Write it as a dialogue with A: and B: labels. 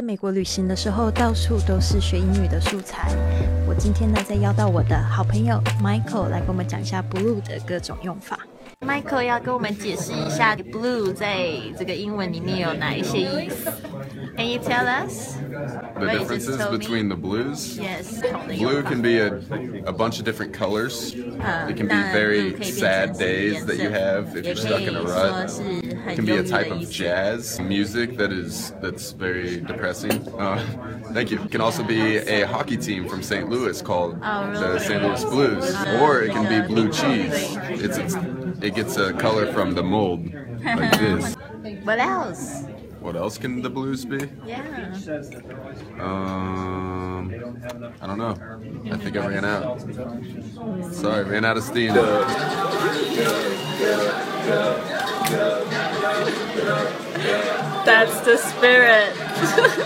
A: 在美国旅行的时候，到处都是学英语的素材。我今天呢，再邀到我的好朋友 Michael 来跟我们讲一下 blue 的各种用法。Michael 要跟我们解释一下 blue 在这个英文里面有哪一些意思。Can you tell us?
B: The
A: Right,
B: differences
A: just tell me.
B: between the blues.
A: Yes，不同的用
B: Blue
A: 法
B: can be a, a bunch of different colors. it can be
A: 那 blue 可
B: very
A: 以变成
B: sad
A: 什么
B: days
A: 颜
B: that you
A: 色
B: have if
A: 也
B: you're
A: 可
B: stuck
A: 以
B: in a
A: 说
B: rut.
A: 是
B: It
A: 很
B: can be
A: 忧
B: a
A: 郁的
B: type
A: 意
B: of
A: 思。
B: jazz music that is that's very depressing. Uh, thank you. It can also be a hockey team from St. Louis called the St. Louis Blues, or it can be blue cheese. It's, it's it gets a color from the mold like this.
A: What else?
B: What else can the blues be?
A: Yeah.
B: Um, I don't know. I think I ran out. Sorry, ran out of steam.
A: That's the spirit.